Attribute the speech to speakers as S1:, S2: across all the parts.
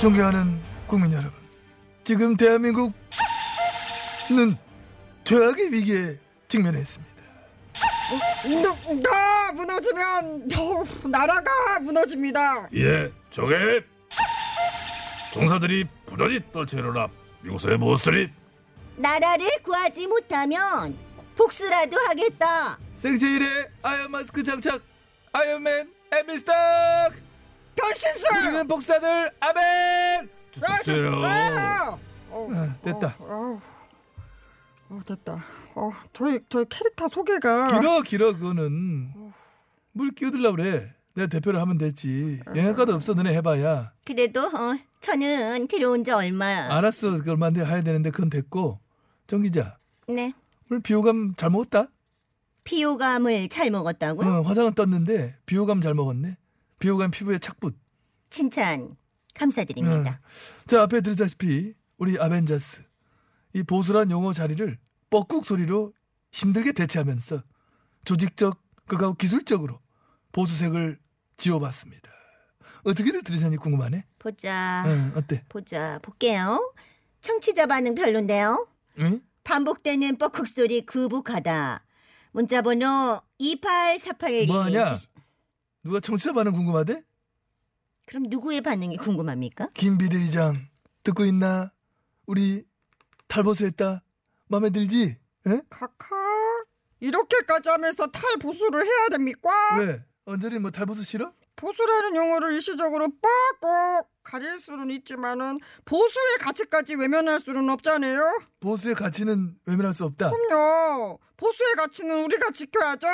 S1: 존경하는 국민 여러분, 지금 대한민국은 최악의 위기에 직면해 있습니다.
S2: 누가 무너지면 나라가 무너집니다.
S3: 예, 저게 종사들이 부단히 떨쳐일어나 미국서의 모습들이
S4: 나라를 구하지 못하면 복수라도 하겠다.
S5: 생체 일의 아이언 마스크 장착 아이언맨 엠비스탁
S2: 변신술!
S5: 우리는 복사들 아멘
S3: 주세요.
S2: 어,
S1: 아, 됐다.
S2: 어, 어, 됐다. 어, 저희 저희 캐릭터 소개가
S1: 길어 길어 그거는 물 끼어들라 그래. 내가 대표를 하면 됐지. 영향가도 없어 너네 해봐야.
S4: 그래도 어, 저는 들어온 지 얼마.
S1: 알았어 그 얼마인데 해야 되는데 그건 됐고 정 기자
S4: 네.
S1: 오늘 비호감 잘 먹었다.
S4: 비호감을 잘
S1: 어,
S4: 먹었다고요?
S1: 화장은 떴는데 비호감 잘 먹었네. 비호감 피부에 착붙.
S4: 칭찬 감사드립니다.
S1: 자 앞에 들으다시피 우리 아벤자스 이 보수란 용어 자리를 뻐꾹 소리로 힘들게 대체하면서 조직적 그가 기술적으로 보수색을 지워봤습니다. 어떻게들 들으셨니 궁금하네.
S4: 보자.
S1: 응, 어때?
S4: 보자. 볼게요. 청취자 반응 별론데요.
S1: 응?
S4: 반복되는 뻐국 소리 구북하다. 문자 번호 2848이
S1: 뭐하냐? 누가 청취자 반응 궁금하대?
S4: 그럼 누구의 반응이 궁금합니까?
S1: 김 비대위장 듣고 있나? 우리 탈보수했다. 마음에 들지? 응?
S2: 카카 이렇게까지 하면서 탈보수를 해야 됩니까?
S1: 왜? 언저리 뭐 탈보수 싫어?
S2: 보수라는 용어를 일시적으로 빡꼭 가릴 수는 있지만은 보수의 가치까지 외면할 수는 없잖아요.
S1: 보수의 가치는 외면할 수 없다.
S2: 그럼요. 보수의 가치는 우리가 지켜야죠.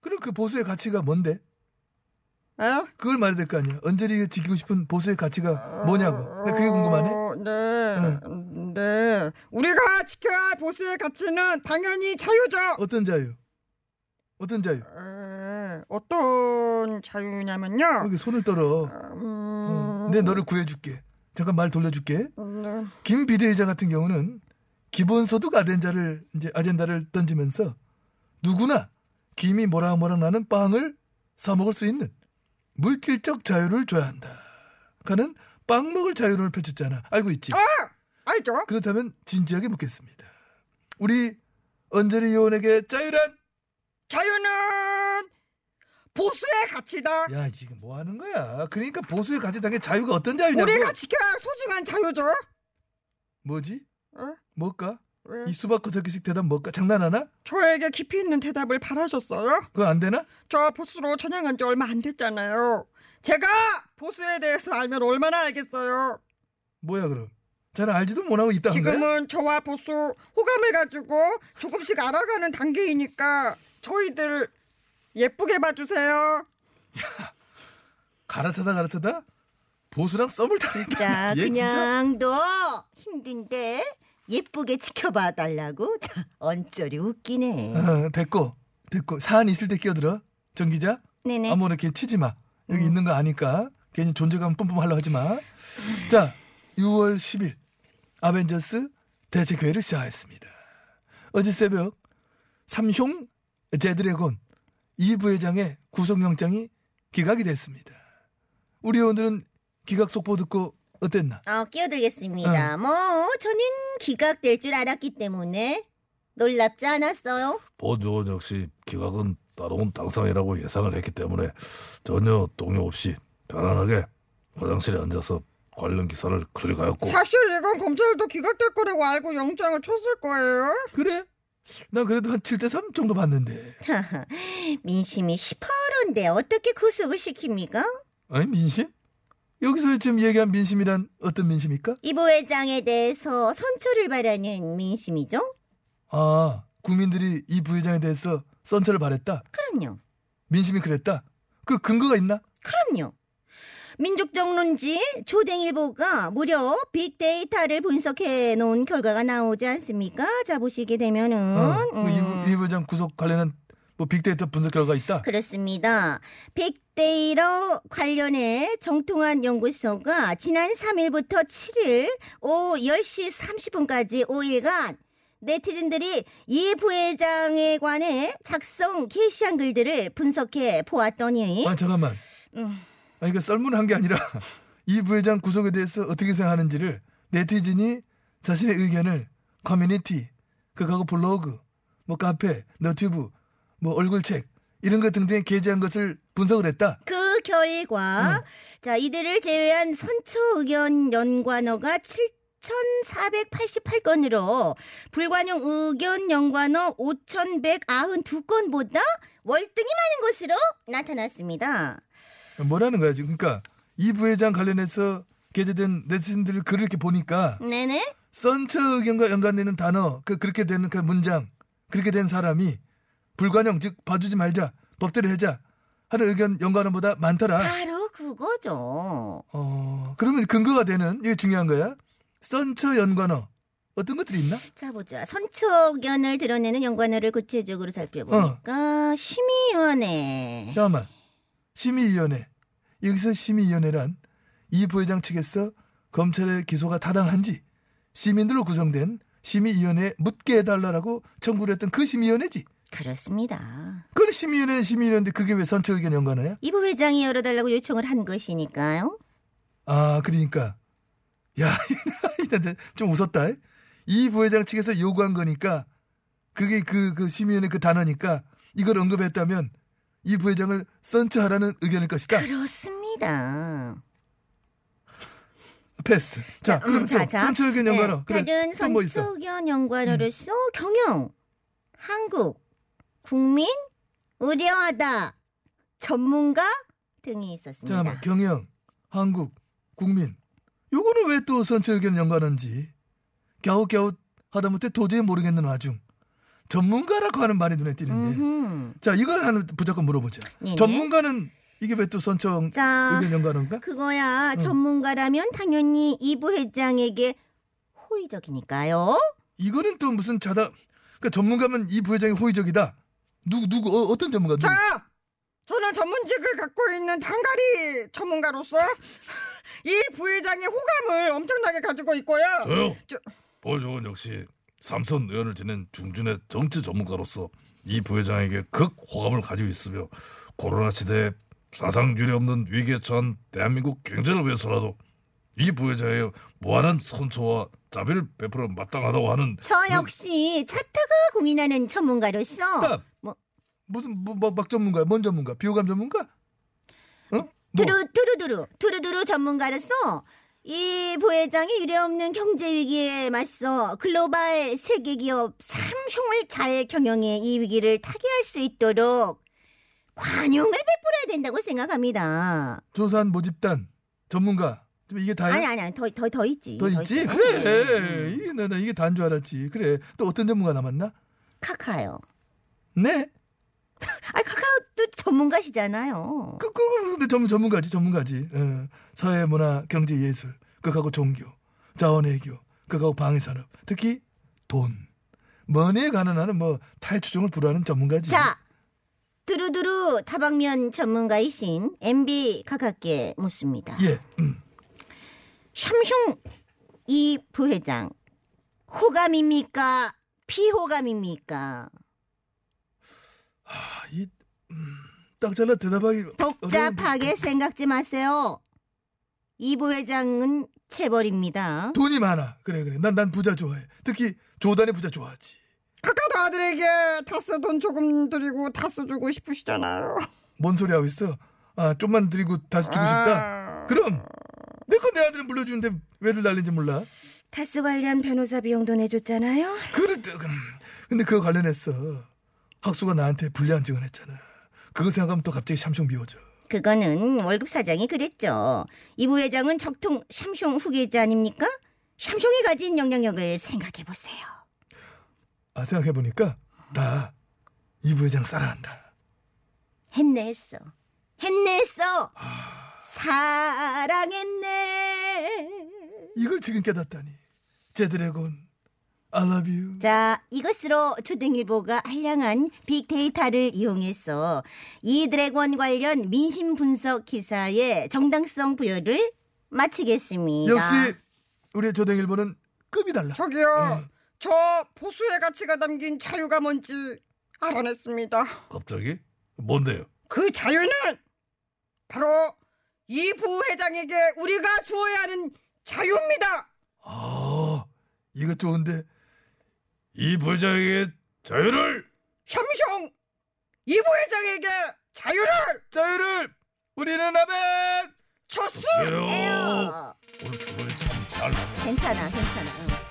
S1: 그럼 그 보수의 가치가 뭔데?
S2: 에?
S1: 그걸 말해야 될 거 아니야. 언저리가 지키고 싶은 보수의 가치가 뭐냐고. 나 그게 궁금하네.
S2: 어, 네. 네. 우리가 지켜야 할 보수의 가치는 당연히 자유죠.
S1: 어떤 자유? 어떤 자유?
S2: 에, 어떤 자유냐면요.
S1: 여기 손을 떨어.
S2: 음,
S1: 응. 내 너를 구해줄게. 잠깐 말 돌려줄게.
S2: 네.
S1: 김 비대위장 같은 경우는 기본소득 아젠자를 이제 아젠다를 던지면서 누구나 김이 뭐라 뭐라 나는 빵을 사 먹을 수 있는 물질적 자유를 줘야 한다. 가는 빵 먹을 자유론을 펼쳤잖아. 알고 있지?
S2: 알죠?
S1: 그렇다면 진지하게 묻겠습니다. 우리 언저리 의원에게 자유란?
S2: 자유는 보수의 가치다.
S1: 야 지금 뭐 하는 거야? 그러니까 보수의 가치당의 자유가 어떤 자유냐고?
S2: 우리가 지켜야 할 소중한 자유죠.
S1: 뭐지?
S2: 어?
S1: 뭘까?
S2: 왜?
S1: 이 수박 겉핥기식 대답 뭘까? 장난하나?
S2: 저에게 깊이 있는 대답을 바라셨어요?
S1: 그거 안 되나?
S2: 저 보수로 전향한 지 얼마 안 됐잖아요. 제가 보수에 대해서 알면 얼마나 알겠어요.
S1: 뭐야 그럼? 잘 알지도 못하고 있다 한 거야?
S2: 지금은 저와 보수 호감을 가지고 조금씩 알아가는 단계이니까 저희들 예쁘게 봐주세요.
S1: 갈아타다 갈아타다 보수랑 썸을 타겠다.
S4: 자,
S1: 얘 진짜?
S4: 그냥 너 힘든데 예쁘게 지켜봐 달라고. 자, 언저리 웃기네.
S1: 어, 됐고 됐고 사안 있을 때 끼어들어 정 기자
S4: 네네. 음.
S1: 아무나 걔 치지 마 여기 있는 거 아니까 괜히 존재감 뿜뿜하려 하지 마자 6월 10일 아벤져스 대책회의를 시작했습니다 어제 새벽 삼숑 제드래곤 이 부회장의 구속영장이 기각이 됐습니다 우리 의원들은 기각 속보 듣고 어땠나
S4: 어, 끼어들겠습니다. 뭐 저는 기각될 줄 알았기 때문에 놀랍지 않았어요.
S3: 본조원 역시 기각은 따라온 당상이라고 예상을 했기 때문에 전혀 동요 없이 편안하게 화장실에 앉아서 관련 기사를 클릭하였고
S2: 사실 이건 검찰도 기각될 거라고 알고 영장을 쳤을 거예요.
S1: 그래 난 그래도 한 7대 3 정도 봤는데
S4: 민심이 시퍼런데 어떻게 구속을 시킵니까?
S1: 아니 민심? 여기서 지금 얘기한 민심이란 어떤 민심입니까?
S4: 이 부회장에 대해서 선처를 바라는 민심이죠?
S1: 아 국민들이 이 부회장에 대해서 선처를 바랬다?
S4: 그럼요.
S1: 민심이 그랬다? 그 근거가 있나?
S4: 그럼요. 민족정론지 조댕일보가 무려 빅데이터를 분석해 놓은 결과가 나오지 않습니까? 자 보시게 되면은
S1: 어,
S4: 음,
S1: 이, 이 부장 구속 관련한 뭐 빅데이터 분석 결과 있다.
S4: 그렇습니다. 빅데이터 관련해 정통한 연구소가 지난 3일부터 7일 오후 10시 30분까지 5일간 네티즌들이 이 부회장에 관해 작성 게시한 글들을 분석해 보았더니
S1: 아니 잠깐만. 아니 그러니까 썰문 한게 아니라 이 부회장 구속에 대해서 어떻게 생각하는지를 네티즌이 자신의 의견을 커뮤니티, 그하고 블로그, 뭐 카페, 너튜브, 뭐 얼굴책 이런 것 등등에 게재한 것을 분석을 했다.
S4: 그 결과 자 이들을 제외한 선처 의견 연관어가 7,488건으로 불관용 의견 연관어 5,192건보다 월등히 많은 것으로 나타났습니다.
S1: 뭐라는 거야 지금? 그러니까 이 부회장 관련해서 게재된 네티즌들 글을 이렇게 보니까
S4: 네네.
S1: 선처 의견과 연관되는 단어, 그 그렇게 되는 그 문장, 그렇게 된 사람이 불관용 즉 봐주지 말자, 법대로 해자 하는 의견 연관어보다 많더라.
S4: 바로 그거죠.
S1: 어 그러면 근거가 되는 이게 중요한 거야. 선처 연관어 어떤 것들이 있나?
S4: 자 보자. 선처 의견을 드러내는 연관어를 구체적으로 살펴보니까 심의위원회.
S1: 잠깐만 심의위원회 여기서 심의위원회란 이 부회장 측에서 검찰의 기소가 타당한지 시민들로 구성된 심의위원회에 묻게 해달라라고 청구를 했던 그 심의위원회지.
S4: 그렇습니다.
S1: 그건 심의위원회 심의위원회인데 그게 왜 선처 의견 연관어야?
S4: 이 부회장이 열어달라고 요청을 한 것이니까요.
S1: 아 그러니까 야 이나한테 좀 웃었다 이 부회장 측에서 요구한 거니까 그게 그, 그 심의위원회 그 단어니까 이걸 언급했다면 이 부회장을 선처하라는 의견일 것이다
S4: 그렇습니다.
S1: 패스 자 그럼 또 선처 의견 연관어
S4: 음, 네,
S1: 그래
S4: 다른
S1: 또 뭐 있어 음.
S4: 선처견 연관어로서 경영, 한국, 국민, 우려하다, 전문가 등이 있었습니다.
S1: 잠깐만 경영 한국 국민 요거는 왜 또 선처 의견 연관한지 겨우겨우 하다못해 도저히 모르겠는 와중 전문가라고 하는 말이 눈에 띄는데
S4: 음흠.
S1: 자 이걸 하나 무조건 물어보자.
S4: 네네.
S1: 전문가는 이게 왜 또 선청
S4: 자,
S1: 의견 어. 연관인가?
S4: 그거야 전문가라면 당연히 이 부회장에게 호의적이니까요.
S1: 이거는 또 무슨 자다. 그러니까 전문가면 이 부회장이 호의적이다. 누구 누구 어, 어떤 전문가? 누구?
S2: 자, 저는 전문직을 갖고 있는 단가리 전문가로서 이 부회장의 호감을 엄청나게 가지고 있고요.
S3: 저요.
S2: 아, 저-
S3: 보조원 역시 삼선 의원을 지낸 중진의 정치 전문가로서 이 부회장에게 극 호감을 가지고 있으며 코로나 시대에 사상 유례 없는 위기에 처한 대한민국 경제를 위해서라도 이 부회장의 무한한 선처와 자비를 베풀어 마땅하다고 하는
S4: 저 역시 차타가 공인하는 전문가로서
S1: 네. 스탑.
S4: 뭐-
S1: 어, 무슨 뭐막 전문가야? 뭔 전문가? 비호감 전문가? 어? 뭐?
S4: 두루 두루두루 두루두루 전문가로서 이 부회장이 유례없는 경제 위기에 맞서 글로벌 세계 기업 삼雄을 잘 경영해 이 위기를 타개할 수 있도록 관용을 베풀어야 된다고 생각합니다.
S1: 조산 모집단 전문가. 좀 이게 다야?
S4: 아니 아니 더더 더 있지. 어,
S1: 더 있지? 그래. 이게 나, 나 이게 다인 줄 알았지. 그래. 또 어떤 전문가 남았나?
S4: 카카요.
S1: 네.
S4: 아 카카오도 전문가시잖아요.
S1: 그, 그, 그, 근데 전문, 전문가지, 전문가지. 어, 사회, 문화, 경제, 예술, 극하고 종교, 자원외교, 극하고 방위산업, 특히 돈, 머니에 관한 하는 뭐 탈추종을 불하는 전문가지.
S4: 자, 두루두루 다방면 전문가이신 MB 가깝게 묻습니다.
S1: 예,
S4: 샴숑 이 부회장 호감입니까? 비호감입니까?
S1: 아, 이, 음, 딱 잘라 대답하기
S4: 복잡하게 생각지 마세요. 이 부회장은 체벌입니다.
S1: 돈이 많아. 그래, 그래. 난, 난 부자 좋아해. 특히 조단의 부자 좋아하지.
S2: 카카오 아들에게 타스 돈 조금 드리고 타스 주고 싶으시잖아요.
S1: 뭔 소리 하고 있어? 아, 좀만 드리고 다시 주고 싶다.
S2: 아,
S1: 그럼 내 거 내 아들은 물려주는데 왜들 날린지 몰라.
S4: 타스 관련 변호사 비용도 내줬잖아요.
S1: 그런데 근데 그거 관련해서 학수가 나한테 불리한 증언 했잖아. 그거 생각하면 또 갑자기 샴숑 미워져.
S4: 그거는 월급 사장이 그랬죠. 이 부회장은 적통 샴숑 후계자 아닙니까? 샴숑이 가진 영향력을 생각해 보세요.
S1: 아 생각해 보니까 나 이 부회장 사랑한다.
S4: 했네 했어. 했네 했어. 사랑했네.
S1: 이걸 지금 깨닫다니. 제드래곤, I love you.
S4: 자, 이것으로 초등일보가 한량한 빅데이터를 이용해서 이 드래곤 관련 민심 분석 기사의 정당성 부여를 마치겠습니다.
S1: 역시 우리의 조댕일보는 급이 달라.
S5: 예.
S2: 저기요. 저 보수의 가치가 담긴 자유가 뭔지 알아냈습니다.
S3: 갑자기 뭔데요?
S2: 그 자유는 바로 이 부회장에게 우리가 주어야 하는 자유입니다.
S1: 아, 이거 좋은데
S3: 이 부회장에게 자유를
S2: 샴숑 이 부회장에게 자유를
S5: 자유를 우리는 아멘!
S2: 줬어.
S3: 주세요.
S4: 에어.
S3: 오늘 표현이 참잘
S4: 괜찮아, 괜찮아. 응.